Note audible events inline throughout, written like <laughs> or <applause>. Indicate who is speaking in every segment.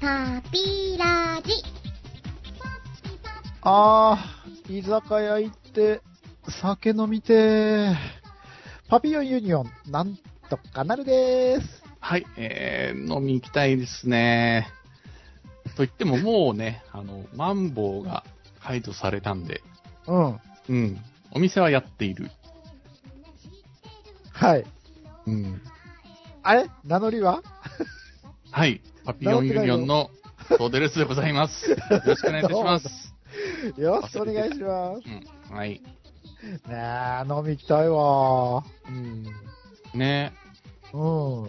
Speaker 1: タピラジ。
Speaker 2: あー、居酒屋行って、酒飲みてー。パピヨンユニオン、なんとかなるでーす。
Speaker 3: はい、えー、飲み行きたいですね。と言ってももうね、あの、マンボウが解除されたんで、
Speaker 2: うん。
Speaker 3: うん、お店はやっている。
Speaker 2: はい。
Speaker 3: うん。
Speaker 2: あれ名乗りは
Speaker 3: はい、パピヨンユニオンのソーデルスでございます。よろしくお願いいたします。 <laughs>
Speaker 2: よろしくお願いしま
Speaker 3: うん、はい。
Speaker 2: す。ねえ、飲み行きたいわー。
Speaker 3: うん。ね
Speaker 2: うん。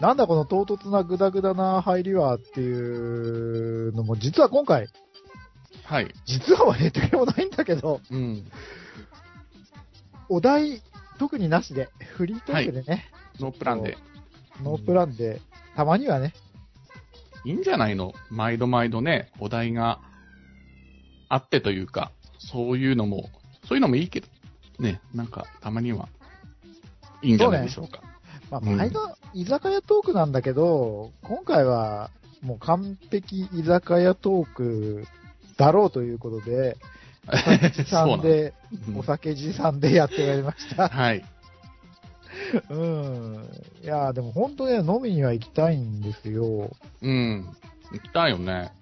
Speaker 2: なんだこの唐突なグダグダな入りはっていうのも、実は今回、
Speaker 3: はい。
Speaker 2: 実ははネタでもないんだけど、
Speaker 3: うん。
Speaker 2: お題、特になしで、フリートークでね、
Speaker 3: ノープランで。
Speaker 2: ノープランで、たまにはね、
Speaker 3: いいんじゃないの毎度毎度ね、お題があってというか、そういうのも、そういうのもいいけど、ね、なんかたまには、いいんじゃないでしょうか。
Speaker 2: まあ、
Speaker 3: うん
Speaker 2: 毎度居酒屋トークなんだけど、今回はもう完璧居酒屋トークだろうということで、持
Speaker 3: <laughs> そうな
Speaker 2: 参
Speaker 3: ん
Speaker 2: で、
Speaker 3: うん
Speaker 2: お酒持参でやってまいりました。
Speaker 3: はい。
Speaker 2: うん。いやーでも本当ね、飲みには行きたいんですよ。
Speaker 3: うん。行きたいよね。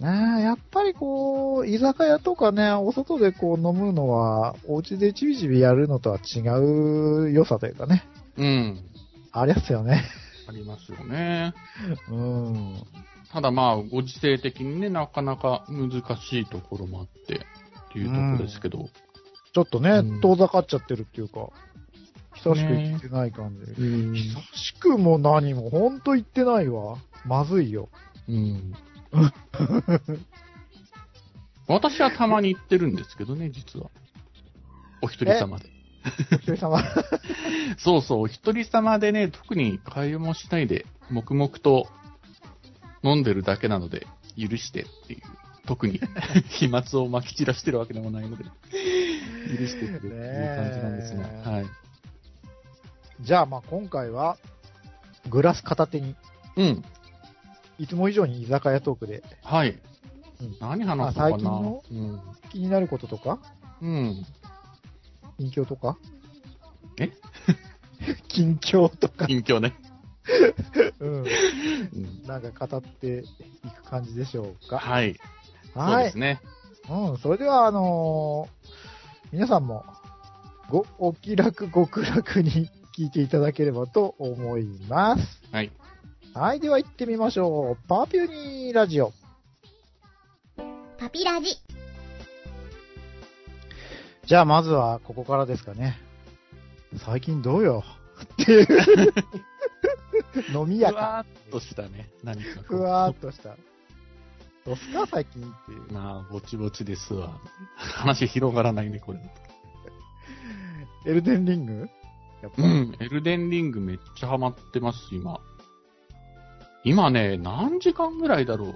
Speaker 2: ねえ、やっぱりこう、居酒屋とかね、お外でこう飲むのは、お家でちびちびやるのとは違う良さというかね、
Speaker 3: うん。
Speaker 2: ありますよね。
Speaker 3: ありますよね。
Speaker 2: うん。
Speaker 3: ただまあ、ご時世的にね、なかなか難しいところもあって、っていうところですけど。
Speaker 2: ちょっとね、
Speaker 3: うん
Speaker 2: 遠ざかっちゃってるっていうか、久しく行ってない感じ。
Speaker 3: うん
Speaker 2: 久しくも何も、ほんと行ってないわ。まずいよ。
Speaker 3: うん。私はたまに行ってるんですけどね、実は。お一人様で。
Speaker 2: お一人様。
Speaker 3: そうそう、お一人様でね、特に会話もしないで、黙々と飲んでるだけなので、許してっていう。特に <laughs> 飛沫を撒き散らしてるわけでもないので、許してくれっていう感じなんです
Speaker 2: ねえ
Speaker 3: が。はい。
Speaker 2: <laughs> じゃあ、まあ今回は、グラス片手に、
Speaker 3: うん。
Speaker 2: いつも以上に居酒屋トークで、
Speaker 3: はい。
Speaker 2: うん
Speaker 3: 何話そう
Speaker 2: あ
Speaker 3: か
Speaker 2: 最近
Speaker 3: な
Speaker 2: の。気になることとか、
Speaker 3: うん。うん。
Speaker 2: 近況とか。
Speaker 3: え
Speaker 2: <laughs> 近況とか、
Speaker 3: 近況ね。
Speaker 2: うん。
Speaker 3: うん
Speaker 2: なんか語っていく感じでしょうか。
Speaker 3: はい。そう
Speaker 2: は
Speaker 3: で
Speaker 2: い
Speaker 3: す。ね。
Speaker 2: うん、それでは、あのー皆さんも、ご、お気楽、極楽に聞いていただければと思います。
Speaker 3: はい。
Speaker 2: はい、では行ってみましょう。パーピューニーラジオ。
Speaker 1: パピラジ。
Speaker 2: じゃあ、まずはここからですかね。最近どう <laughs> よっていう。飲み
Speaker 3: ふ
Speaker 2: 屋か。
Speaker 3: わーっとしたね。何かこう。
Speaker 2: ふわーっとした。どうすか最近っていう。
Speaker 3: まあ、ぼちぼちですわ。 <laughs> 話広がらないね、これ。
Speaker 2: エルデンリングやっぱ、
Speaker 3: うん、エルデンリングめっちゃハマってます、今。今ね、何時間ぐらいだろう。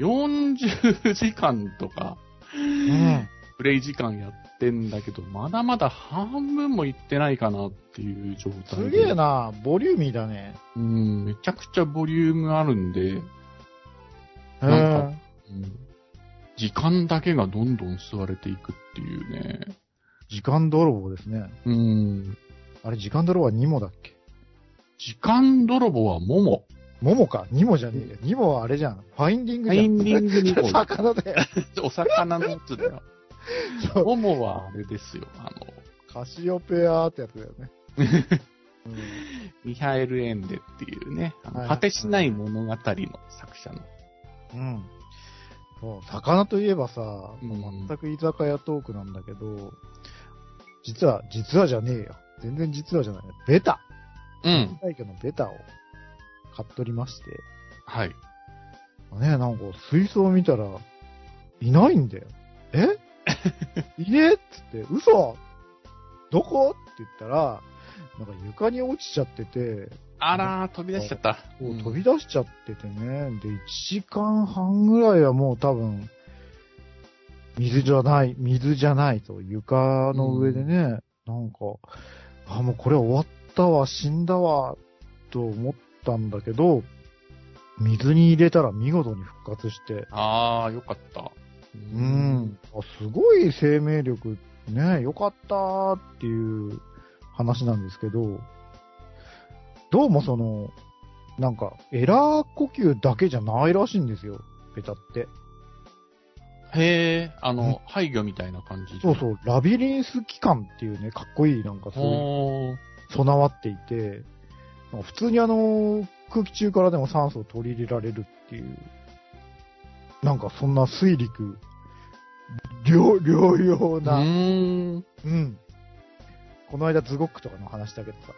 Speaker 3: 40時間とか、
Speaker 2: うん
Speaker 3: プレイ時間やってんだけど、まだまだ半分もいってないかなっていう状態
Speaker 2: す
Speaker 3: で。
Speaker 2: げえな、ボリューミーだね。
Speaker 3: うん、めちゃくちゃボリュームあるんで、うんなん
Speaker 2: う
Speaker 3: 時間だけがどんどん吸われていくっていうね。
Speaker 2: 時間泥棒ですね。
Speaker 3: うん、
Speaker 2: あれ、時間泥棒はニモだっけ
Speaker 3: 時間泥棒はモモ。
Speaker 2: モモか。ニモじゃねえよ。ニモはあれじゃん。ファインディン
Speaker 3: フ
Speaker 2: グ
Speaker 3: ァ
Speaker 2: じゃ
Speaker 3: イ
Speaker 2: ん。
Speaker 3: ンディング
Speaker 2: <laughs>
Speaker 3: に
Speaker 2: 魚だよ。
Speaker 3: お魚のやつだよ。
Speaker 2: そう
Speaker 3: <laughs> モモはあれですよ。あの、
Speaker 2: カシオペアってやつだよ
Speaker 3: <laughs>
Speaker 2: ね。うん
Speaker 3: ミハエル・エンデっていうね、あの
Speaker 2: はい
Speaker 3: 果てしない物語の作者の。
Speaker 2: うん。そう、魚といえばさ、
Speaker 3: うん
Speaker 2: 全く居酒屋トークなんだけど、実は、実はじゃねえよ。全然実はじゃない。ベタ。
Speaker 3: うん。
Speaker 2: 大家のベタを買っとりまして。
Speaker 3: はい。
Speaker 2: ねなんか水槽を見たら、いないんだよ。え <laughs> いねえっつって、嘘どこって言ったら、なんか床に落ちちゃってて、
Speaker 3: あらー、飛び出しちゃった。
Speaker 2: こう
Speaker 3: うん
Speaker 2: 飛び出しちゃっててね、で、1時間半ぐらいはもう多分、水じゃない、水じゃないと、床の上でね、なんか、あ、もうこれ終わったわ、死んだわ、と思ったんだけど、水に入れたら見事に復活して、
Speaker 3: ああ、よかった。う
Speaker 2: う。ん、あすごい生命力、ね、よかったーっていう話なんですけど、どうもその、なんか、エラー呼吸だけじゃないらしいんですよ、ペタって。
Speaker 3: へえ、あの、廃魚みたいな感じ
Speaker 2: そうそう、ラビリンス機関っていうね、かっこいい、なんかそういう
Speaker 3: おー
Speaker 2: 備わっていて、なんか普通にあの、空気中からでも酸素を取り入れられるっていう、なんかそんな水陸、両、両用
Speaker 3: う
Speaker 2: な、
Speaker 3: ーん。
Speaker 2: うん。この間ズゴックとかの話だけどさ、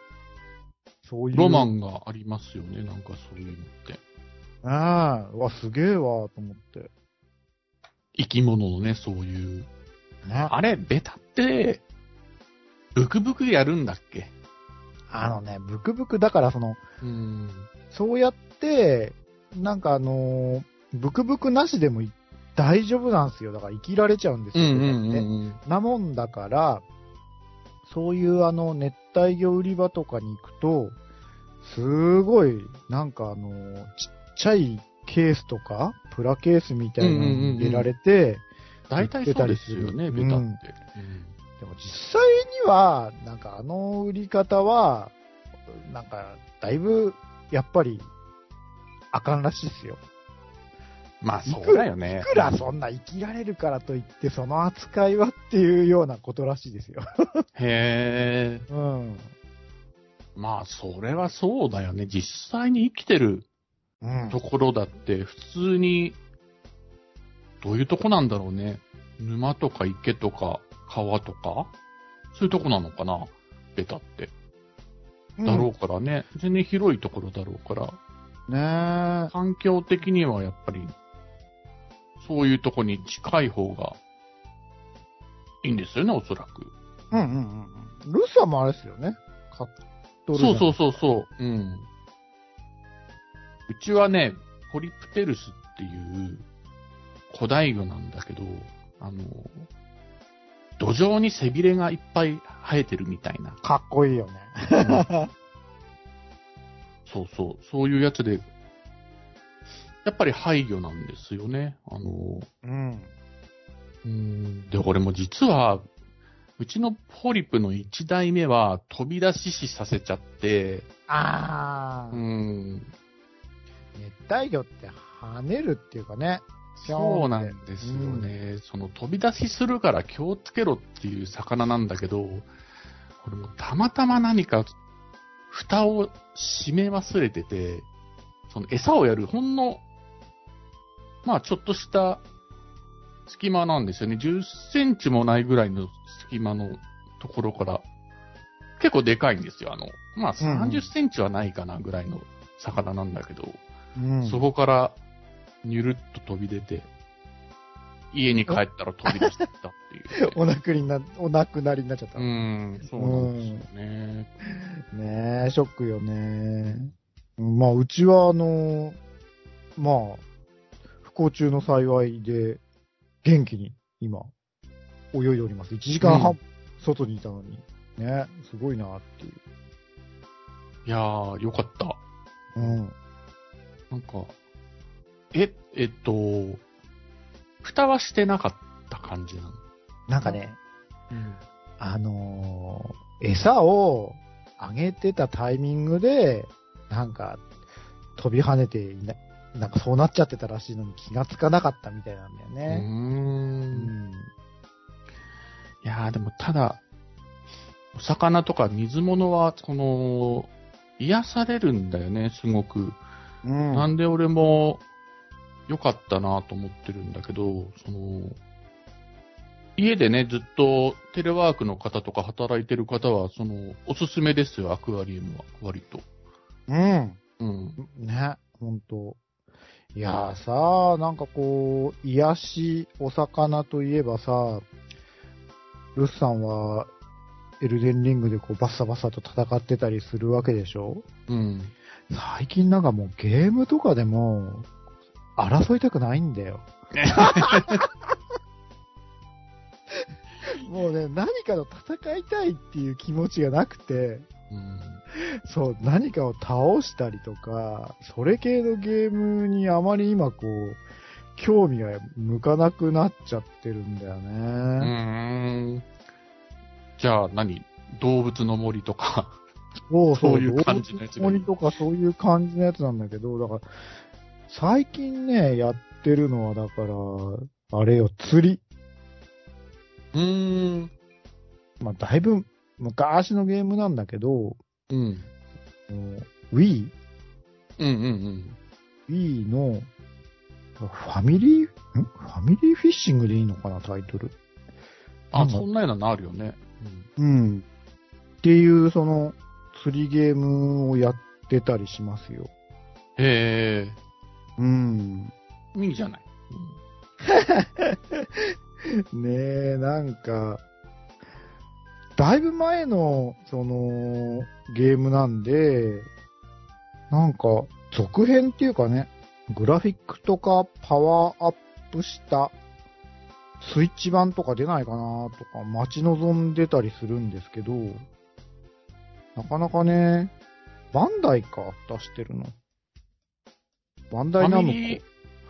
Speaker 2: そういう。
Speaker 3: ロマ。ンがありますよね、なんかそういうのって。
Speaker 2: ああ、うわ、すげえわ、と思って。
Speaker 3: 生き物のね、そういう。
Speaker 2: ね。
Speaker 3: あれ、ベタって、ブクブクやるんだっけ
Speaker 2: あのね、ブクブクだからその、
Speaker 3: うん。
Speaker 2: そうやって、なんかあのーブクブクなしでもい大丈夫なんですよ。だから生きられちゃうんです
Speaker 3: うんう
Speaker 2: よ。
Speaker 3: んうん
Speaker 2: ね
Speaker 3: うん。
Speaker 2: なもんだから、そういうあの熱帯魚売り場とかに行くと、すごい、なんかあの、ちっちゃいケースとか、プラケースみたいなのに入れられて、
Speaker 3: 大体そうですよね、
Speaker 2: うん
Speaker 3: ベタって。
Speaker 2: でも実際には、なんかあの売り方は、なんか、だいぶ、やっぱり、あかんらしいっすよ。
Speaker 3: まあ、
Speaker 2: いく
Speaker 3: そうだよね。
Speaker 2: いくらそんな生きられるからといって、その扱いはっていうようなことらしいですよ。
Speaker 3: へえ。
Speaker 2: うん。
Speaker 3: まあ、それはそうだよね。実際に生きてる
Speaker 2: うん
Speaker 3: ところだって、普通に、どういうとこなんだろうね。沼とか池とか川とかそういうとこなのかなベタって。だろうからね。全然広いところだろうから。
Speaker 2: うん。ねえ。
Speaker 3: 環境的にはやっぱり、そういうとこに近い方がいいんですよね、おそらく。
Speaker 2: うんうんうんうん。ルッサもあれですよね。カットル。
Speaker 3: そうそううそうそう。うん。うちはね、ポリプテルスっていう古代魚なんだけど、あの、土壌に背びれがいっぱい生えてるみたいな。
Speaker 2: かっこいいよね。
Speaker 3: そうそう。そういうやつで、やっぱり廃魚なんですよね。あの、
Speaker 2: うん。
Speaker 3: うんで、俺も実は、うちのポリプの一代目は飛び出し死させちゃって、
Speaker 2: あ
Speaker 3: う
Speaker 2: ー、
Speaker 3: ん、
Speaker 2: 熱帯魚って跳ねるっていうかね。ピョーンって
Speaker 3: そうなんですよね。その飛び出しするから気をつけろっていう魚なんだけど、俺もたまたま何か蓋を閉め忘れてて、その餌をやるほんの、まあちょっとした隙間なんですよね。10センチもないぐらいの隙間のところから、結構でかいんですよ。あの、まあ
Speaker 2: うんうん
Speaker 3: 30センチはないかなぐらいの魚なんだけど、
Speaker 2: うん。
Speaker 3: そこから、にゅるっと飛び出て、家に帰ったら飛び出してったっていう。 <laughs>
Speaker 2: お亡くなりにな、お亡くなりになっちゃった。
Speaker 3: う
Speaker 2: ね
Speaker 3: ん、そうなんですよね。
Speaker 2: え、ショックよね。まあ、うちはあのーまあ、不幸中の幸いで、元気に今、泳いでおります。1時間半、
Speaker 3: うん
Speaker 2: 外にいたのに。ねすごいなっていう。
Speaker 3: いやー、よかった。
Speaker 2: うん。
Speaker 3: なんか、え、えっと、蓋はしてなかった感じなの。
Speaker 2: なんかね、あのー餌をあげてたタイミングで、なんか、飛び跳ねていな、なんかそうなっちゃってたらしいのに気がつかなかったみたいなんだよ
Speaker 3: う。
Speaker 2: ね。うんん。
Speaker 3: いやー、でもただ、お魚とか水物は、その、癒されるんだよね、すごく。
Speaker 2: うん。
Speaker 3: なんで俺も良かったなと思ってるんだけど、その、家でね、ずっとテレワークの方とか働いてる方は、その、おすすめですよ、アクアリウムは、割と。
Speaker 2: うん。
Speaker 3: うん。
Speaker 2: ね、ほんと。いやーさあ、なんかこう、癒し、お魚といえばさ、ルスさんは、エルデンリングでこうバッサバッサと戦ってたりするわけでしょ
Speaker 3: うん。
Speaker 2: 最近なんかもうゲームとかでも、争いたくないんだよ。もうね、何かと戦いたいっていう気持ちがなくて、
Speaker 3: うん。
Speaker 2: そう、何かを倒したりとか、それ系のゲームにあまり今こう、興味が向かなくなっちゃってるんだよ
Speaker 3: う
Speaker 2: ね。
Speaker 3: ーん。じゃあ何、動物の森
Speaker 2: <laughs>
Speaker 3: とか。
Speaker 2: そう
Speaker 3: そういう感じのやつが
Speaker 2: 鬼とかそういう感じのやつなんだけど、だから、最近ね、やってるのはだから、あれよ、釣り。
Speaker 3: うーん。
Speaker 2: まあ、だいぶ昔のゲームなんだけど、
Speaker 3: うん。
Speaker 2: Wii?Wii
Speaker 3: うんうんうん。
Speaker 2: の、ファミリー、んファミリーフィッシングでいいのかな、タイトル。
Speaker 3: あ、
Speaker 2: うん
Speaker 3: そんなようなのあるよね。
Speaker 2: うん。っていう、その、釣りゲームをやってたりしますよ。
Speaker 3: へえ。
Speaker 2: うん。
Speaker 3: いいじゃない。
Speaker 2: <laughs> ねえ、なんか、だいぶ前の、その、ゲームなんで、なんか、続編っていうかね、グラフィックとかパワーアップした、スイッチ版とか出ないかなとか、待ち望んでたりするんですけど、なかなかね、バンダイか、出してるの。バン
Speaker 3: フ
Speaker 2: ダイナ
Speaker 3: ァ
Speaker 2: ム
Speaker 3: ミ
Speaker 2: コ。
Speaker 3: リー、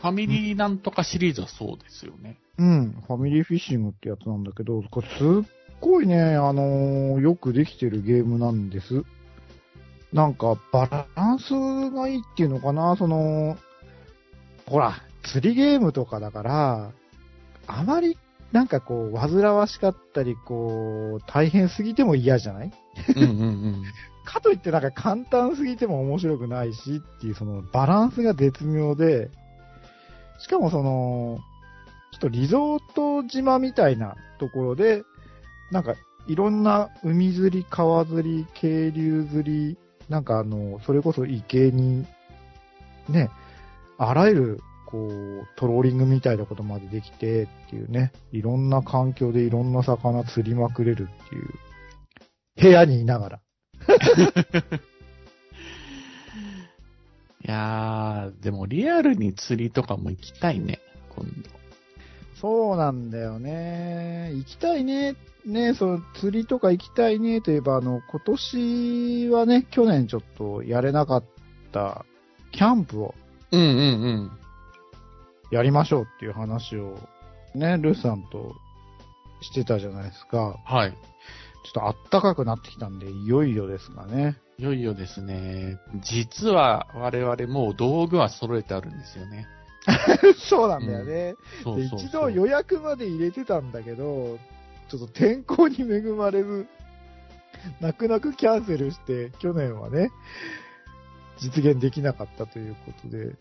Speaker 3: ファミリーなんとかシリーズはそうですよね。
Speaker 2: うん、ファミリーフィッシングってやつなんだけど、これすっごいね、あのーよくできてるゲームなんです。なんか、バランスがいいっていうのかな、その、ほら、釣りゲームとかだから、あまり、なんかこう、煩わしかったり、こう、大変すぎても嫌じゃない
Speaker 3: うんうんうん。
Speaker 2: かといってなんか簡単すぎても面白くないしっていうそのバランスが絶妙で、しかもその、ちょっとリゾート島みたいなところで、なんかいろんな海釣り、川釣り、渓流釣り、なんかあの、それこそ池に、ね、あらゆる、こう、トローリングみたいなことまでできてっていうね、いろんな環境でいろんな魚釣りまくれるっていう、部屋にいながら。
Speaker 3: いやー、でもリアルに釣りとかも行きたいね、今度。
Speaker 2: そうなんだよね。行きたいね。ね、その釣りとか行きたいねといえば、あの、今年はね、去年ちょっとやれなかったキャンプを
Speaker 3: うんうん
Speaker 2: やりましょうっていう話をね、ルーさんとしてたじゃないですか。
Speaker 3: うん。はい。
Speaker 2: ちょっと暖かくなってきたんで、いよいよですかね。
Speaker 3: いよいよですね。実は我々もう道具は揃えてあるんですよね。
Speaker 2: <laughs> そうなんだよね。
Speaker 3: そ
Speaker 2: で
Speaker 3: うそうそう
Speaker 2: 一度予約まで入れてたんだけど、ちょっと天候に恵まれず、泣く泣くキャンセルして、去年はね、実現できなかったということで、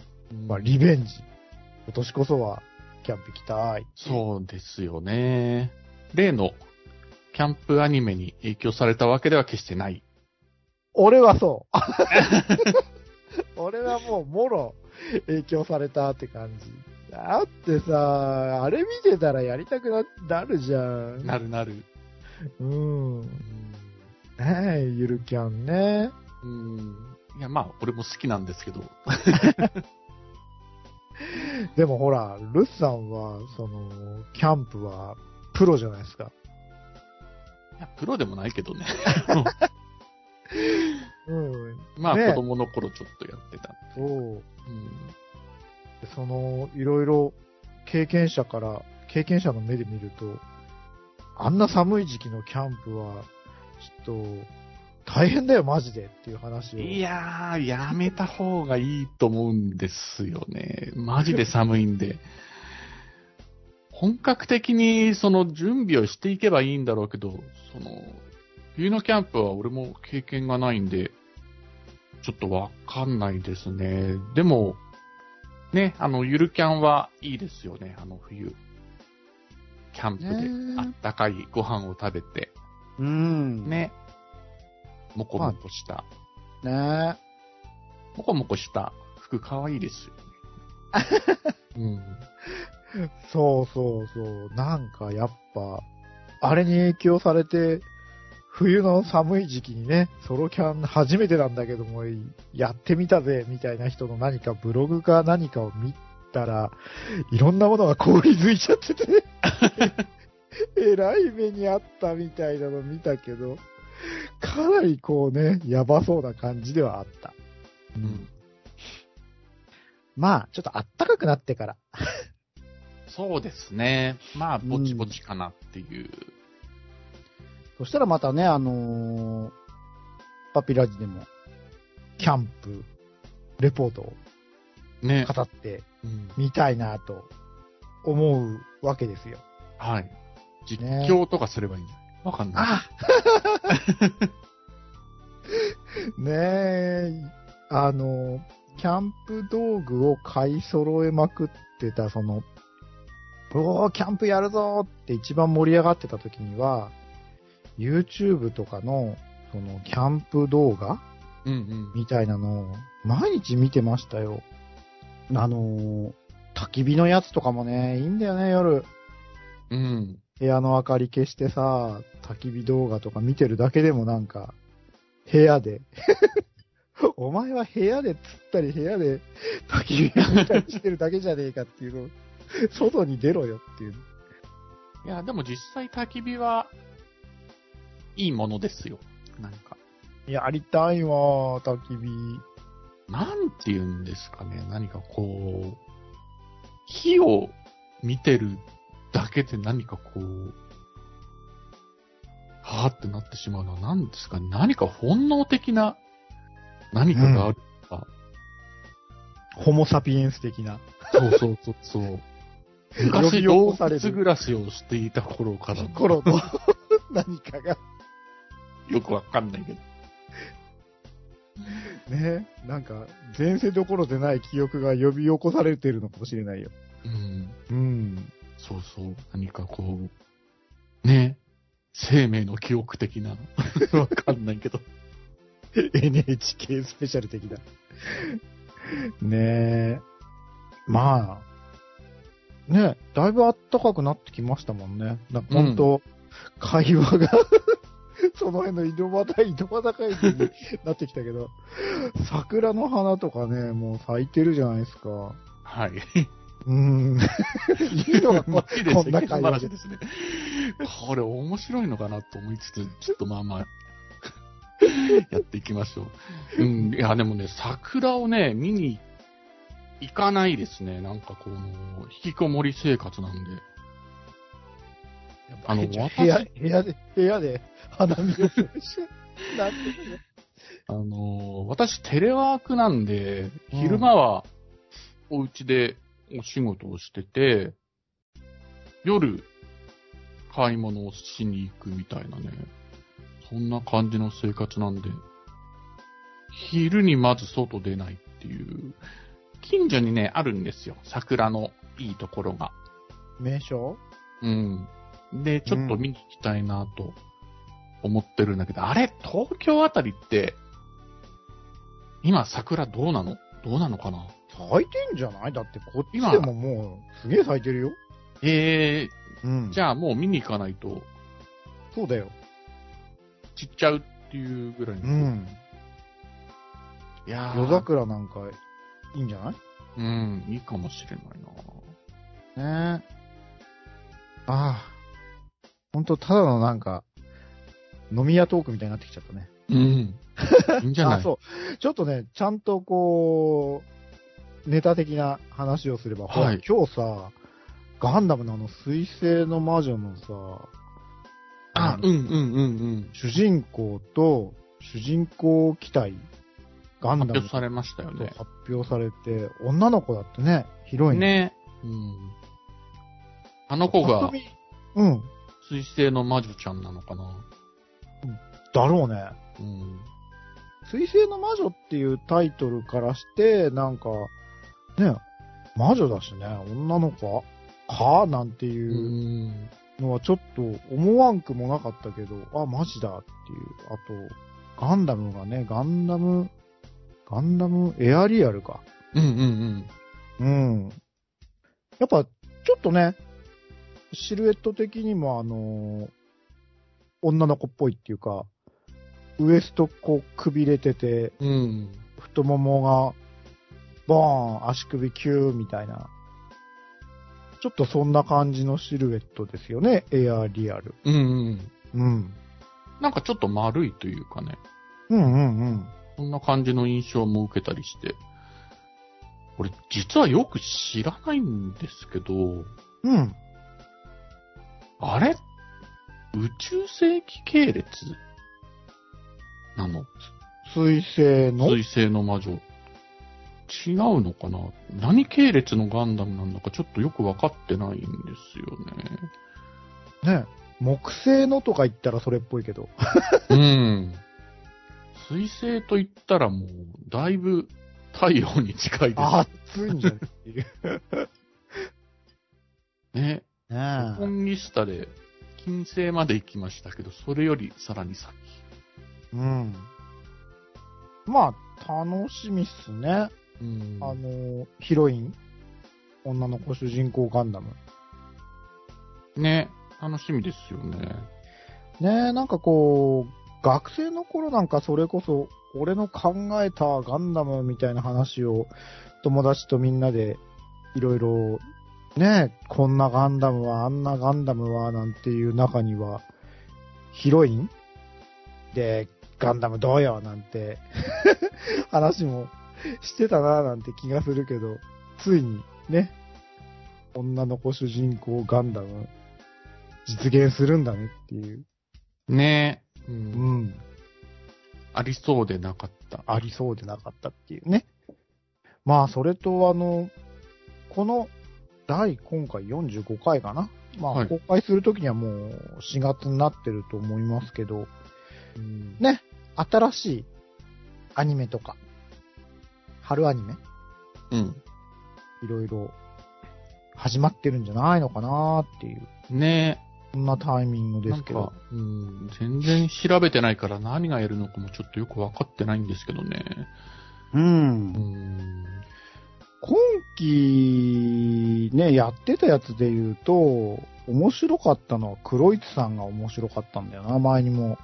Speaker 2: まあ、リベンジ。今年こそは、キャンプ行きたい。
Speaker 3: そうですよね。例のキャンプアニメに影響されたわけでは決してない。
Speaker 2: 俺は
Speaker 3: <laughs>
Speaker 2: そう。俺はもう、もろ、影響されたって感じ。だってさ、あれ見てたらやりたくな、なるじゃん。
Speaker 3: なるなる。
Speaker 2: うん。ねえ、ゆるキャンね。
Speaker 3: うん。いや、まあ、俺も好きなんですけど。
Speaker 2: でもほら、ルッさんは、その、キャンプは、プロじゃないですか。
Speaker 3: いやプロでもないけどね。
Speaker 2: うん。
Speaker 3: まあ、
Speaker 2: ねえ
Speaker 3: 子供の頃ちょっとやってた。
Speaker 2: そう。
Speaker 3: うん。
Speaker 2: その、いろいろ、経験者から、経験者の目で見ると、あんな寒い時期のキャンプは、ちょっと、大変だよ、マジでっていう話を。
Speaker 3: いやー、やめた方がいいと思うんですよね。マジで寒い
Speaker 2: <laughs>
Speaker 3: んで。本格的にその準備をしていけばいいんだろうけど、その、冬のキャンプは俺も経験がないんで、ちょっとわかんないですね。でも、ね、あの、ゆるキャンはいいですよね、あの冬。キャンプで
Speaker 2: ね
Speaker 3: あったかいご飯を食べて、
Speaker 2: うん。ね。
Speaker 3: ね、もこもこした。
Speaker 2: ね
Speaker 3: もこもこした服かわいいですよね。
Speaker 2: そうそうそう。なんか、やっぱ、あれに影響されて、冬の寒い時期にね、ソロキャン初めてなんだけども、やってみたぜ、みたいな人の何かブログか何かを見たら、いろんなものが凍りづいちゃってて、えらい目にあったみたいなの見たけど、かなりこうね、やばそうな感じではあった。う
Speaker 3: うん。
Speaker 2: まあ、ちょっとあったかくなってから。
Speaker 3: そうですね。まあ、ぼちぼちかなっていう。
Speaker 2: そしたらまたね、あのーパピラジでも、キャンプ、レポートを
Speaker 3: ね。
Speaker 2: 語って
Speaker 3: うん
Speaker 2: みたいなと思うわけですよ。
Speaker 3: はい。実
Speaker 2: ね
Speaker 3: 況とかすればいいんじゃないわかんない。
Speaker 2: あ <laughs> ねえ、あの、キャンプ道具を買い揃えまくってた、その、おー、キャンプやるぞーって一番盛り上がってた時には、YouTube とかの、その、キャンプ動画
Speaker 3: うんうん。
Speaker 2: みたいなのを、毎日見てましたよ。あのー焚き火のやつとかもね、いいんだよね、夜。
Speaker 3: うん。
Speaker 2: 部屋の明かり消してさ、焚き火動画とか見てるだけでもなんか、部屋で。 <laughs> お前は部屋で釣ったり部屋で焚き火を見たりしてるだけじゃねえかっていうの。外に出ろよっていう。
Speaker 3: いや、でも実際焚き火は、いいものですよ。なんか。
Speaker 2: やりたいわ、焚き火。
Speaker 3: なんて言うんですかね。何かこう、火を見てるだけで何かこう、はーってなってしまうのは何ですかね。何か本能的な何かがある。
Speaker 2: ホモサピエンス的な。
Speaker 3: そうそうそうそう。昔動物暮らしをしていた頃からの
Speaker 2: 心の <laughs> 何かが。
Speaker 3: よくわかんないけど。
Speaker 2: ね。なんか、前世どころでない記憶が呼び起こされてるのかもしれないよ。う
Speaker 3: うん。
Speaker 2: ん。
Speaker 3: そうそう。何かこう、ね。生命の記憶的な。 <laughs> わかんないけど。
Speaker 2: NHK スペシャル的だ。ねえ。まあ、ねえ、だいぶ暖かくなってきましたもんね。だ本当、会話が、 <laughs> その辺の井戸端、井戸端会議になってきたけど、桜の花とかね、もう咲いてるじゃないですか。
Speaker 3: はい。
Speaker 2: うーん。いいの
Speaker 3: <laughs>
Speaker 2: がこ
Speaker 3: こっちで
Speaker 2: こんな
Speaker 3: 世間
Speaker 2: 会話
Speaker 3: 話ですね。これ面白いのかなと思いつつ、ちょっとま
Speaker 2: <laughs>
Speaker 3: あまあ、やっていきましょう。うん、いや、でもね、桜をね、見に行かないですね。なんかこの、引きこもり生活なんで。あの、
Speaker 2: 部屋、
Speaker 3: 私、
Speaker 2: 部屋で、部屋で花見をす
Speaker 3: <laughs>
Speaker 2: るし、なんていうの
Speaker 3: あの、私、テレワークなんで、
Speaker 2: うん
Speaker 3: 昼間は、お家でお仕事をしてて、夜、買い物をしに行くみたいなね。そんな感じの生活なんで、昼にまず外出ないっていう。近所にね、あるんですよ。桜のいいところが。
Speaker 2: 名所
Speaker 3: うん。で、ちょっと見に行きたいなと思ってるんだけど、あれ東京あたりって、今桜どうなのどうなのかな
Speaker 2: 咲いてんじゃないだってこっちでももう、すげえ咲いてるよ。
Speaker 3: え
Speaker 2: うん
Speaker 3: ー、じゃあもう見に行かないと
Speaker 2: そうだよ。
Speaker 3: 散っちゃうっていうぐらいの。
Speaker 2: う。ん。
Speaker 3: いやー
Speaker 2: 夜桜なんか、いいんじゃない
Speaker 3: うん、いいかもしれない
Speaker 2: ねえ。ああ。ほんと、ただのなんか、飲み屋トークみたいになってきちゃったね。
Speaker 3: なうん。いいんじゃな
Speaker 2: <laughs> あ、
Speaker 3: い
Speaker 2: そう。ちょっとね、ちゃんとこう、ネタ的な話をすれば、
Speaker 3: はい
Speaker 2: ほら今日さ、ガンダムのあの、水星の魔女のさ、
Speaker 3: あ、うんうんうん
Speaker 2: 主人公と主人公機体、ガンダ
Speaker 3: うん。
Speaker 2: ム
Speaker 3: 発表されましたよ
Speaker 2: と
Speaker 3: ね。
Speaker 2: 発表されて、女の子だってね、ヒロイン。
Speaker 3: ね。うん。あの子
Speaker 2: ぱっ
Speaker 3: が
Speaker 2: と見うん、
Speaker 3: 水星の魔女ちゃんなのかな
Speaker 2: だろうね。
Speaker 3: うん。
Speaker 2: 水星の魔女っていうタイトルからして、なんか、ね、魔女だしね、女の子かなんて
Speaker 3: う。
Speaker 2: いうんのはちょっと思わんくもなかったけど、あ、マジだっていう。あと、ガンダムがね、ガンダム、ガンダムエアリアルか。
Speaker 3: うんうん
Speaker 2: うん。やっぱ、ちょっとね、シルエット的にもあのー女の子っぽいっていうか、ウエストこうくびれてて、
Speaker 3: うん。うん。
Speaker 2: 太ももが、ボーン、足首キューみたいな。ちょっとそんな感じのシルエットですよね、エアリアル。
Speaker 3: うんうん。
Speaker 2: うん。
Speaker 3: なんかちょっと丸いというかね、
Speaker 2: うんうんうん。
Speaker 3: そんな感じの印象も受けたりして、俺実はよく知らないんですけど、
Speaker 2: うん。
Speaker 3: あれ宇宙世紀系列なの
Speaker 2: 水星の
Speaker 3: 水星の魔女。違うのかな何系列のガンダムなんだかちょっとよくわかってないんですよね。
Speaker 2: ね、木星のとか言ったらそれっぽいけど。
Speaker 3: うん。水星と言ったらもう、だいぶ太陽に近いで
Speaker 2: 暑いんじゃないっていう。
Speaker 3: すね。コ
Speaker 2: <laughs> ね
Speaker 3: ンギスタで金星まで行きましたけど、それよりさらに先。
Speaker 2: え。うん。まあ、楽しみっすね。
Speaker 3: うん。
Speaker 2: あの、ヒロイン、女の子主人公ガンダム。
Speaker 3: ね。楽しみですよね。
Speaker 2: ねえ、なんかこう、学生の頃なんかそれこそ、俺の考えたガンダムみたいな話を、友達とみんなで、いろいろ、ねえ、こんなガンダムは、あんなガンダムは、なんていう中には、ヒロインで、ガンダムどうよ、なんて、 <laughs> 話もしてたな、なんて気がするけど、ついに、ね、女の子主人公ガンダム、実現するんだねっていう。
Speaker 3: ね。う。
Speaker 2: うんん。
Speaker 3: ありそうでなかった。
Speaker 2: ありそうでなかったっていうね。まあ、それと、あの、この、第今回45回かな。まあ、
Speaker 3: はい
Speaker 2: 公開するときにはもう4月になってると思いますけど、
Speaker 3: うん
Speaker 2: ね、新しいアニメとか、春アニメ、
Speaker 3: うん。
Speaker 2: いろいろ始まってるんじゃないのかなっていう、
Speaker 3: ね。
Speaker 2: そんなタイミングで
Speaker 3: なん
Speaker 2: すけど
Speaker 3: か。、うん、全然調べてないから何がやるのかもちょっとよくわかってないんですけどね。
Speaker 2: うん
Speaker 3: うん。
Speaker 2: 今期ね、やってたやつで言うと、面白かったのは黒市さんが面白かったんだよな、前にも。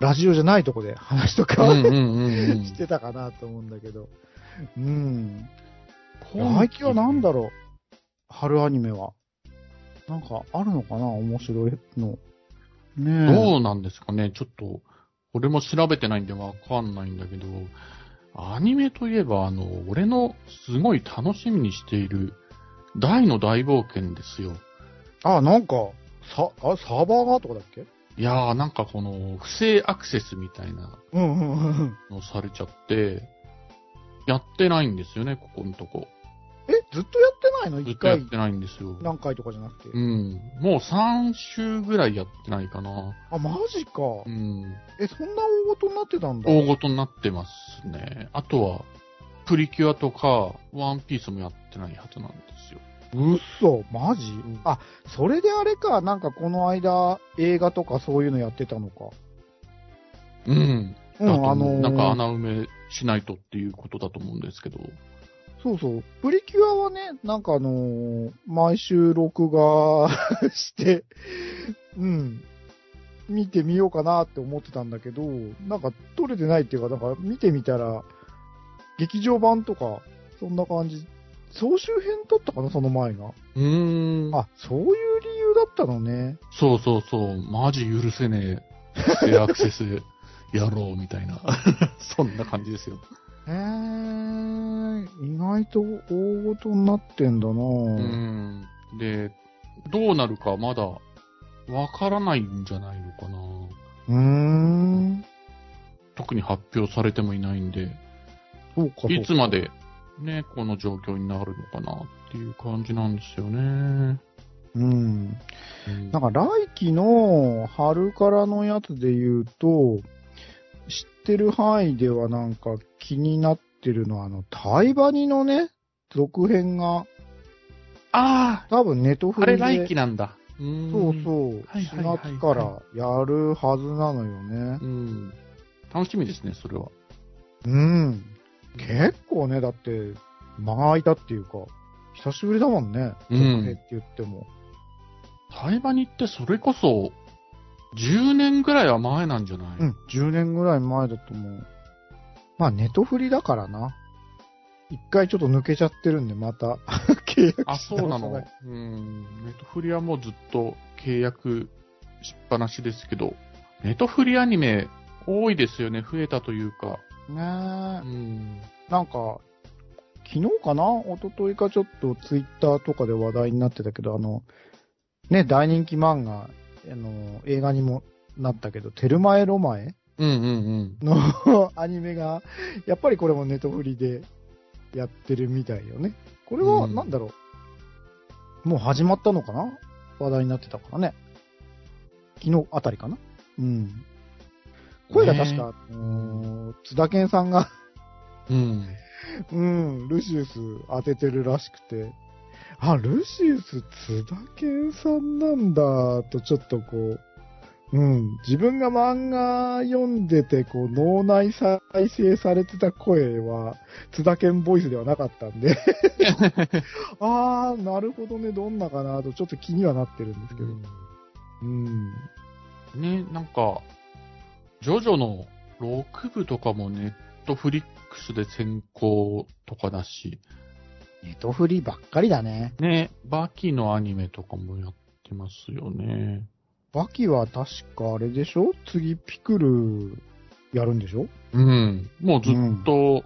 Speaker 2: ラジオじゃないとこで話と
Speaker 3: う
Speaker 2: か、
Speaker 3: んうんう
Speaker 2: <laughs>
Speaker 3: んうん
Speaker 2: してたかなと思うんだけど。うん。
Speaker 3: 今
Speaker 2: 来期は何だろう春アニメは。なんかあるのかな面白いの。ねえ。
Speaker 3: どうなんですかね、ちょっと、俺も調べてないんでわかんないんだけど、アニメといえば、あの、俺のすごい楽しみにしている、大の大冒険ですよ。
Speaker 2: あ、なんか、さ、あ、サーバーがとかだっけ
Speaker 3: いやー、なんかこの、不正アクセスみたいな
Speaker 2: うんうんうんうん。
Speaker 3: のされちゃって、やってないんですよね、ここのとこ。
Speaker 2: え、ずっとやってないの
Speaker 3: ずっ
Speaker 2: 一
Speaker 3: とやっ
Speaker 2: 回
Speaker 3: てないんですよ。
Speaker 2: 何回とかじゃなくて。
Speaker 3: うん。もう3週ぐらいやってないかな。
Speaker 2: あ、マジか。
Speaker 3: うん。
Speaker 2: え、そんな大事になってたんだ。
Speaker 3: 大ごとになってますね。あとは、プリキュアとか、ワンピースもやってないはずなんですよ。
Speaker 2: うっそ、マジ、
Speaker 3: ん
Speaker 2: あ、それであれか、なんかこの間、映画とかそういうのやってたのか。
Speaker 3: うん。
Speaker 2: うん、
Speaker 3: だと
Speaker 2: あの
Speaker 3: 思
Speaker 2: ー
Speaker 3: うなんか穴埋めしないとっていうことだと思うんですけど。
Speaker 2: そうそう。プリキュアはね、なんかあのー毎週録画 <laughs> して、うん、見てみようかなって思ってたんだけど、なんか撮れてないっていうか、なんか見てみたら、劇場版とか、そんな感じ。総集編だったかな、その前が。
Speaker 3: うーん。
Speaker 2: あ、そういう理由だったのね。
Speaker 3: そうそうそう。マジ許せねえ。で、アクセスやろうみたいな。 <laughs> そんな感じですよ。
Speaker 2: へー、意外と大事になってんだな
Speaker 3: う
Speaker 2: ぁ。
Speaker 3: ん。で、どうなるかまだわからないんじゃないのかな。
Speaker 2: うーん。
Speaker 3: 特に発表されてもいないんで。
Speaker 2: そうかそうか。
Speaker 3: いつまで、ね、この状況になるのかなっていう感じなんですよね。
Speaker 2: うん。
Speaker 3: うん
Speaker 2: なんか来期の春からのやつで言うと、知ってる範囲ではなんか気になってるのは、あの、タイバニのね、続編が、
Speaker 3: あ
Speaker 2: 多分ネト
Speaker 3: あ、あ
Speaker 2: フ
Speaker 3: れ
Speaker 2: リ
Speaker 3: 来
Speaker 2: で、
Speaker 3: 期なんだ。うん
Speaker 2: そうそう、
Speaker 3: はいはい
Speaker 2: 4
Speaker 3: はいはい
Speaker 2: 月からやるはずなのよね。
Speaker 3: うん。楽しみですね、それは。
Speaker 2: うん。結構ね、だって、間が空いたっていうか、久しぶりだもんね。
Speaker 3: うん
Speaker 2: 続編って言っても。
Speaker 3: 台場に行ってそれこそ、10年ぐらいは前なんじゃない、
Speaker 2: うん、10年ぐらい前だと思う。まあ、ネトフリだからな。一回ちょっと抜けちゃってるんで、また、 <laughs> 契約し
Speaker 3: あ、そうなの
Speaker 2: <laughs> 直さい。
Speaker 3: うん。ネットフリはもうずっと契約しっぱなしですけど、ネトフリアニメ多いですよね、増えたというか。
Speaker 2: ねえ
Speaker 3: う。ん。
Speaker 2: なんか、昨日かな一昨日かちょっとツイッターとかで話題になってたけど、あの、ね、大人気漫画、あの、映画にもなったけど、テルマエロマエ
Speaker 3: うんうん
Speaker 2: の <laughs> アニメが、やっぱりこれもネトフリでやってるみたいよね。これは、
Speaker 3: うん
Speaker 2: なんだろう、もう始まったのかな話題になってたからね。昨日あたりかなうん。声が確か、あのー津田健さんが
Speaker 3: うん。うん。
Speaker 2: うん、ルシウス当ててるらしくて、あ、ルシウス津田健さんなんだ、とちょっとこう、うん、自分が漫画読んでて、こう、脳内再生されてた声は、津田健ボイスではなかったん <laughs> で、あー、なるほどね、どんなかな、とちょっと気にはなってるんですけど、うん、
Speaker 3: ね、なんか、ジョジョの6部とかもネットフリックスで先行とかだし、
Speaker 2: ネトフリばっかりだね。
Speaker 3: ね、バキのアニメとかもやってますよね。
Speaker 2: バキは確かあれでしょ次ピクルやるんでしょ
Speaker 3: うん。もうずっと、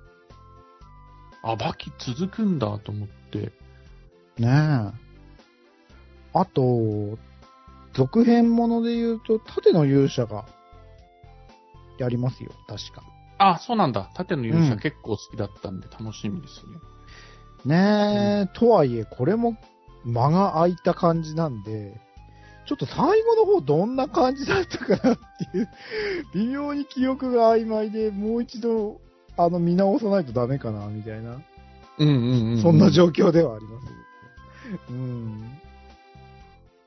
Speaker 3: あ、バキ続くんだと思って。
Speaker 2: ねえ。あと、続編もので言うと、盾の勇者が、やりますよ、確か。
Speaker 3: あ、そうなんだ。縦の勇
Speaker 2: う
Speaker 3: 者
Speaker 2: ん
Speaker 3: 結構好きだったんで楽しみですね。
Speaker 2: ねえ、とはいえ、これも間が空いた感じなんで、ちょっと最後の方どんな感じだったかなっていう、微妙に記憶が曖昧で、もう一度、あの、見直さないとダメかな、みたいな。
Speaker 3: うんうんうん。
Speaker 2: そんな状況ではあります。うん。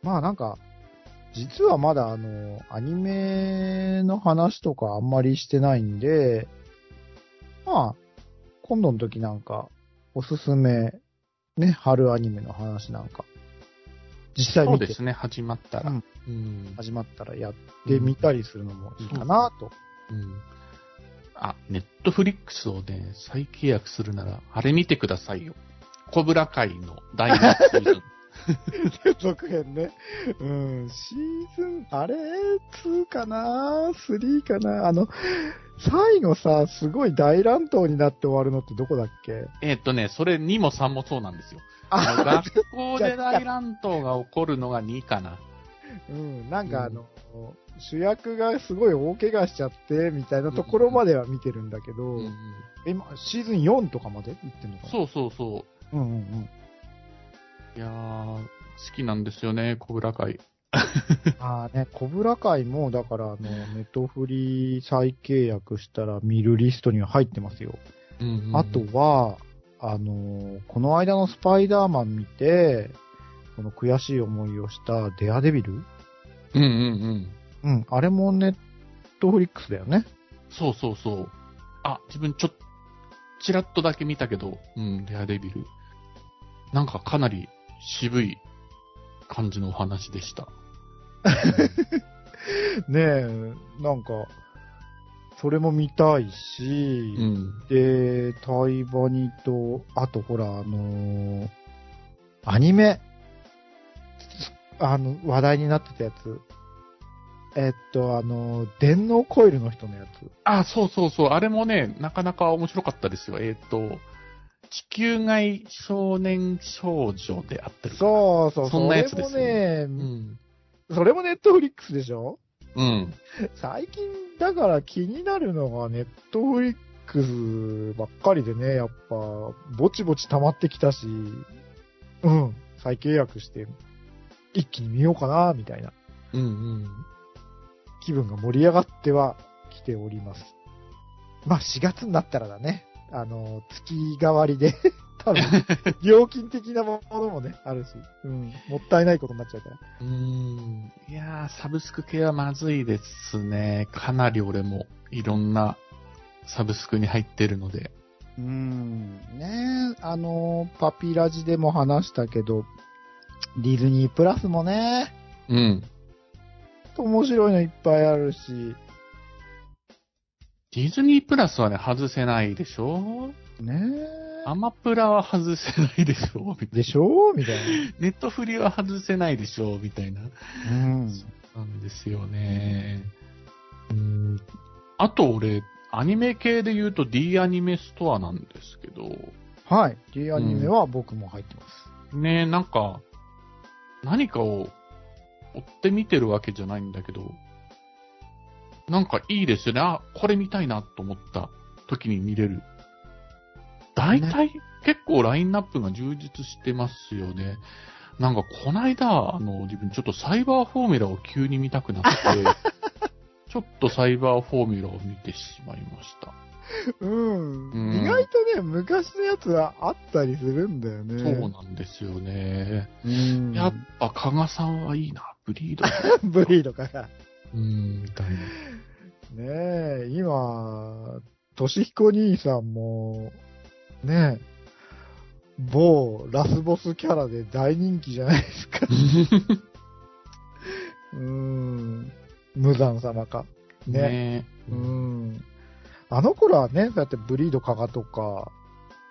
Speaker 2: まあなんか、実はまだあの、アニメの話とかあんまりしてないんで、まあ、今度の時なんか、おすすめ、ね、春アニメの話なんか、実際
Speaker 3: そう
Speaker 2: 見
Speaker 3: で
Speaker 2: て
Speaker 3: すね、始まったら。
Speaker 2: うん
Speaker 3: うん
Speaker 2: 始まったらやってみたりするのもいいかなと。
Speaker 3: うんあ、ネットフリックスをね、再契約するなら、あれ見てくださいよ。コブラ界の第2シーズ <laughs> ン。
Speaker 2: 続編ね。うん、シーズン、あれ ?2 かな ?3 かなあの、最後さ、すごい大乱闘になって終わるのってどこだっけ
Speaker 3: えっとね、それ2も3もそうなん <laughs> ですよ。あの
Speaker 2: あ、
Speaker 3: 学校で大乱闘が起こるのが2かな。
Speaker 2: うん、なんかあの、主役がすごい大怪我しちゃって、みたいなところまでは見てるんだけど、
Speaker 3: うん
Speaker 2: え今、シーズン4とかまで行ってんのかな。
Speaker 3: そうそうそう
Speaker 2: うんうんうん。
Speaker 3: う。いやー、好きなんですよね、コブラ界。
Speaker 2: ああね、コブラ界も、だからあの、ネトフリ再契約したら見るリストには入ってますよ。
Speaker 3: うんうん
Speaker 2: あとは、あのーこの間のスパイダーマン見て、その悔しい思いをしたデアデビル
Speaker 3: うんうんうん。
Speaker 2: うん、あれもネットフリックスだよね。
Speaker 3: そうそうそう。あ、自分ちょっ、ちらっとだけ見たけど、うん、レアデビル。なんかかなり渋い感じのお話でした。
Speaker 2: <laughs> ねえ、なんか、それも見たいし、
Speaker 3: うん。
Speaker 2: で、タイバニと、あとほら、あのーアニメ、あの、話題になってたやつ。えっと、あのー電脳コイルの人のやつ。
Speaker 3: あ、そうそうそう。あれもね、なかなか面白かったですよ。えっ、と、地球外少年少女であってる。う。
Speaker 2: そうそうそう。
Speaker 3: そんなやつですよね
Speaker 2: 俺も
Speaker 3: う
Speaker 2: ね、
Speaker 3: ん。
Speaker 2: それもネットフリックスでしょ
Speaker 3: うん。
Speaker 2: 最近、だから気になるのがネットフリックスばっかりでね、やっぱ、ぼちぼち溜まってきたし、うん、再契約して、一気に見ようかな、みたいな
Speaker 3: うんうん。
Speaker 2: 気分が盛り上がっては来ております。まあ4月になったらだね、あの、月替わりで、多分、料金的なものもね、あるし、うん、もったいないことになっちゃうから。
Speaker 3: うーんいやー、サブスク系はまずいですね。かなり俺もいろんなサブスクに入ってるので。
Speaker 2: うーんねえ、あのー、パピラジでも話したけど、ディズニープラスもね、
Speaker 3: うん。
Speaker 2: 面白いのいっぱいあるし、
Speaker 3: ディズニープラスはね、外せないでしょ
Speaker 2: ね
Speaker 3: アマプラは外せないでしょみたい
Speaker 2: え。
Speaker 3: な
Speaker 2: でしょみたい
Speaker 3: ネットフ <laughs> リは外せないでしょみたいな。
Speaker 2: な。うん。
Speaker 3: なんですよね。
Speaker 2: うん。
Speaker 3: あと俺、アニメ系で言うと D アニメストアなんですけど、
Speaker 2: はい。D アニメは僕も入ってます。
Speaker 3: ねえ、なんか、何かを追って見てるわけじゃないんだけど、なんかいいですよね。あ、これ見たいなと思った時に見れる。大体、結構ラインナップが充実してますよね。なんかこないだ、あの、自分ちょっとサイバーフォーミュラを急に見たくなって、ちょっとサイバーフォーミュラを見てしまいました。
Speaker 2: うん、
Speaker 3: うん
Speaker 2: 意外とね、昔のやつはあったりするんだよね。
Speaker 3: そうなんですよね。
Speaker 2: うん。
Speaker 3: やっぱ、加賀さんはいいな、ブリード。
Speaker 2: ブリードから。
Speaker 3: うん、みたいな。
Speaker 2: ねえ、今、としひこ兄さんも、ねえ、某ラスボスキャラで大人気じゃないです
Speaker 3: <laughs>
Speaker 2: か。うん。無惨様か。ね
Speaker 3: ねえ
Speaker 2: うん。あの頃はね、そうやってブリード加賀とか、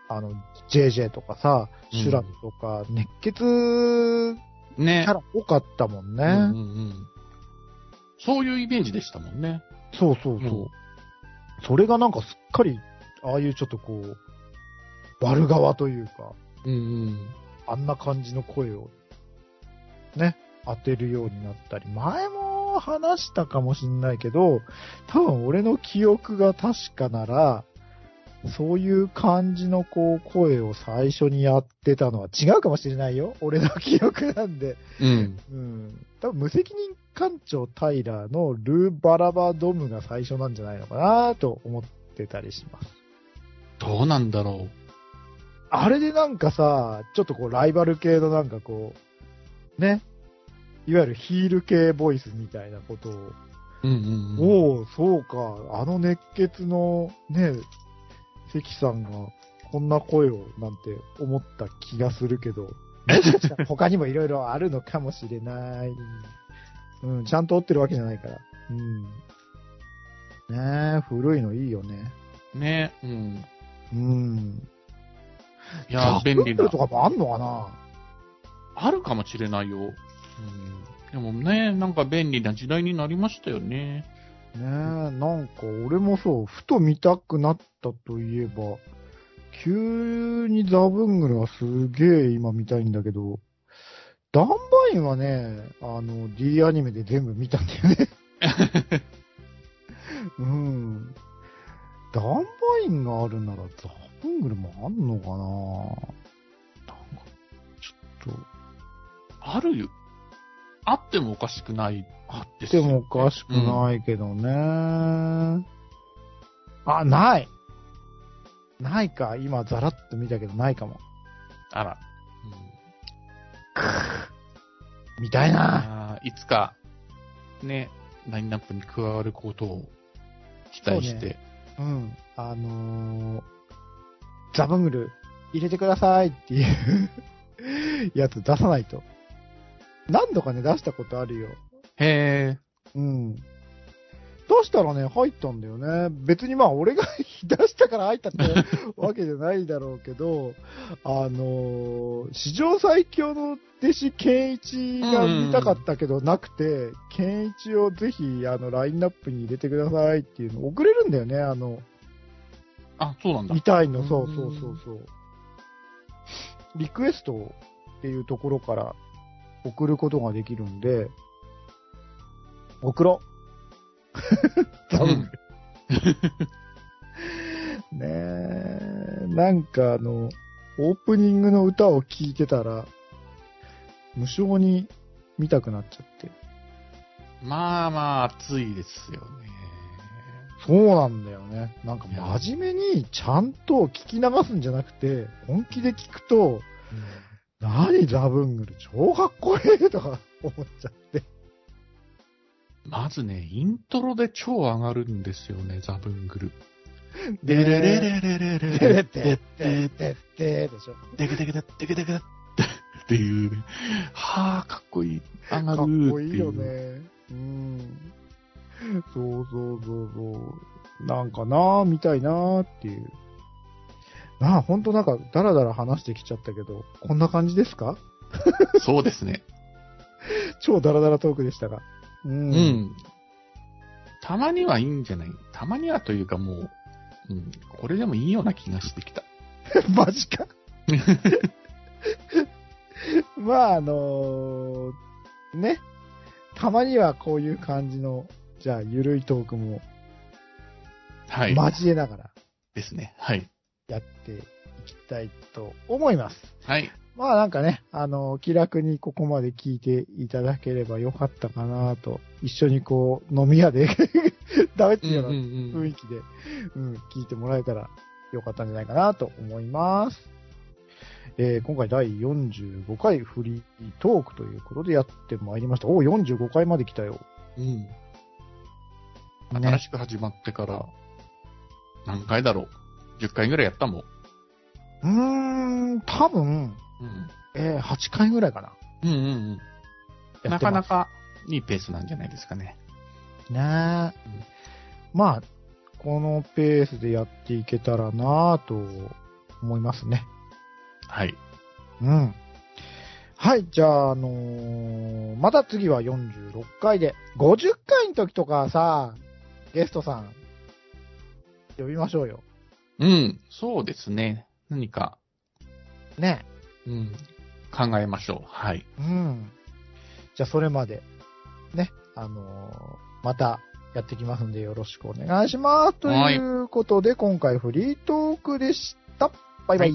Speaker 2: あの、JJ とかさ、
Speaker 3: うん
Speaker 2: シュラムとか、熱血キ
Speaker 3: ね
Speaker 2: ャラ多かったもんね。
Speaker 3: うんうんうんそういうイメージでしたもんね。
Speaker 2: そうそうそう。それがなんかすっかり、ああいうちょっとこう、悪側というか、
Speaker 3: うんうん。
Speaker 2: あんな感じの声を、ね、当てるようになったり、前も話したかもしんないけど、多分俺の記憶が確かなら、そういう感じのこう声を最初にやってたのは違うかもしれないよ。俺の記憶なんで。
Speaker 3: うん。
Speaker 2: うん。多分無責任艦長タイラーのルーバラバドムが最初なんじゃないのかなと思ってたりします。
Speaker 3: どうなんだろ
Speaker 2: あれでなんかさ、ちょっとこうライバル系のなんかこう、ね、いわゆるヒール系ボイスみたいなことを、
Speaker 3: う。うんうんうん。
Speaker 2: おお、そうか、あの熱血のね、関さんがこんな声をなんて思った気がするけど、 <laughs> 他にもいろいろあるのかもしれない。うん、ちゃんと追ってるわけじゃないから。うん。ねえ、古いのいいよね。
Speaker 3: ねえ。うん。
Speaker 2: うん。
Speaker 3: いやー、便利な
Speaker 2: と。かもあんのかな
Speaker 3: あるかもしれないよ。うん。でもね、なんか便利な時代になりましたよね。
Speaker 2: ねえ、なんか俺もそう、ふと見たくなったといえば、急にザブングルはすげえ今見たいんだけど、ダンバインはね、あの、D アニメで全部見たんだよね。うん。ダンバインがあるならザブングルもあんのか
Speaker 3: なんか
Speaker 2: なと。
Speaker 3: あるよ。あってもおかしくない
Speaker 2: あ
Speaker 3: で
Speaker 2: っ
Speaker 3: す
Speaker 2: て
Speaker 3: よね
Speaker 2: もおかしくないけどね。あ、ないないか。今、ザラッと見たけど、ないかも。
Speaker 3: あら。
Speaker 2: 見たいな。
Speaker 3: ああ、いつか、ね、ラインナップに加わることを期待して。
Speaker 2: うん。あのー、ザブングル、入れてくださいっていう <laughs> やつ出さないと。何度かね、出したことあるよ。
Speaker 3: へえ。
Speaker 2: うん。出したらね、入ったんだよね。別にまあ、俺が <laughs> 出したから入ったってわけじゃないだろうけど、あのー史上最強の弟子、ケンイチが見たかったけどなくて、ケンイチをぜひ、あの、ラインナップに入れてくださいっていうの、送れるんだよね、あの、
Speaker 3: あ、そうなんだ
Speaker 2: 見。たいの、
Speaker 3: うん
Speaker 2: そうそうそうそう。リクエストっていうところから送ることができるんで、送ろう。
Speaker 3: <laughs>
Speaker 2: 多分ねえ、なんかあの、オープニングの歌を聴いてたら、無性に見たくなっちゃって。
Speaker 3: うんまあまあ、暑いですよね。
Speaker 2: そうなんだよね。なんか真面目にちゃんと聞き流すんじゃなくて、本気で聞くと、何ザブングル超かっこいいとか思っちゃって。
Speaker 3: まずね、イントロで超上がるんですよね、ザブングル。
Speaker 2: でれれれれ
Speaker 3: れれれ
Speaker 2: でれてってってってでしょ。
Speaker 3: でけでけででけでけでっていうね。はあ、かっこいい。上が
Speaker 2: かっ
Speaker 3: るっていう。
Speaker 2: こいいよね。うん。そうそうそうそう。なんかなぁ、見たいなぁっていう。なあ、ほんとなんか、だらだら話してきちゃったけど、こんな感じですか <laughs>
Speaker 3: そうですね。
Speaker 2: 超ダラダラトークでしたが。う。
Speaker 3: うんん。たまにはいいんじゃないたまにはというかもう、うん、これでもいいような気がしてき <laughs> た。
Speaker 2: <laughs> マジか。 <laughs> まあ、あのーね。たまにはこういう感じの、じゃあ、ゆるいトークも
Speaker 3: はい。
Speaker 2: 交えながら
Speaker 3: ですね。はい。
Speaker 2: やっていきたいと思います。
Speaker 3: はい。
Speaker 2: まあなんかね、あの、気楽にここまで聞いていただければよかったかなと、一緒にこう、飲み屋で、 <laughs> ダメっていうような雰囲気で、うん、聞いてもらえたらよかったんじゃないかなと思います。えー今回第45回フリートークということでやってまいりました。おー45回まで来たよ。
Speaker 3: うん。
Speaker 2: ね
Speaker 3: 新しく始まってから、何回だろう。10回ぐらいやったもん。
Speaker 2: うーん、多分、
Speaker 3: うん。
Speaker 2: えー8回ぐらいかな。
Speaker 3: うんうんうん。
Speaker 2: や
Speaker 3: な
Speaker 2: って
Speaker 3: か
Speaker 2: ま
Speaker 3: な
Speaker 2: す
Speaker 3: かいいペースなんじゃないですかね。
Speaker 2: ねえ。まあ、このペースでやっていけたらなぁと思いますね。
Speaker 3: はい。
Speaker 2: うん。はい、じゃあ、あのーまた次は46回で、50回の時とかさ、ゲストさん、呼びましょうよ。
Speaker 3: うん。そうですね。何か、
Speaker 2: ね。
Speaker 3: うん。考えましょう。はい。
Speaker 2: うん。じゃあ、それまで、ね、あのーまたやってきますんで、よろしくお願いします。と
Speaker 3: はい
Speaker 2: いうことで、今回フリートークでした。バイバイ。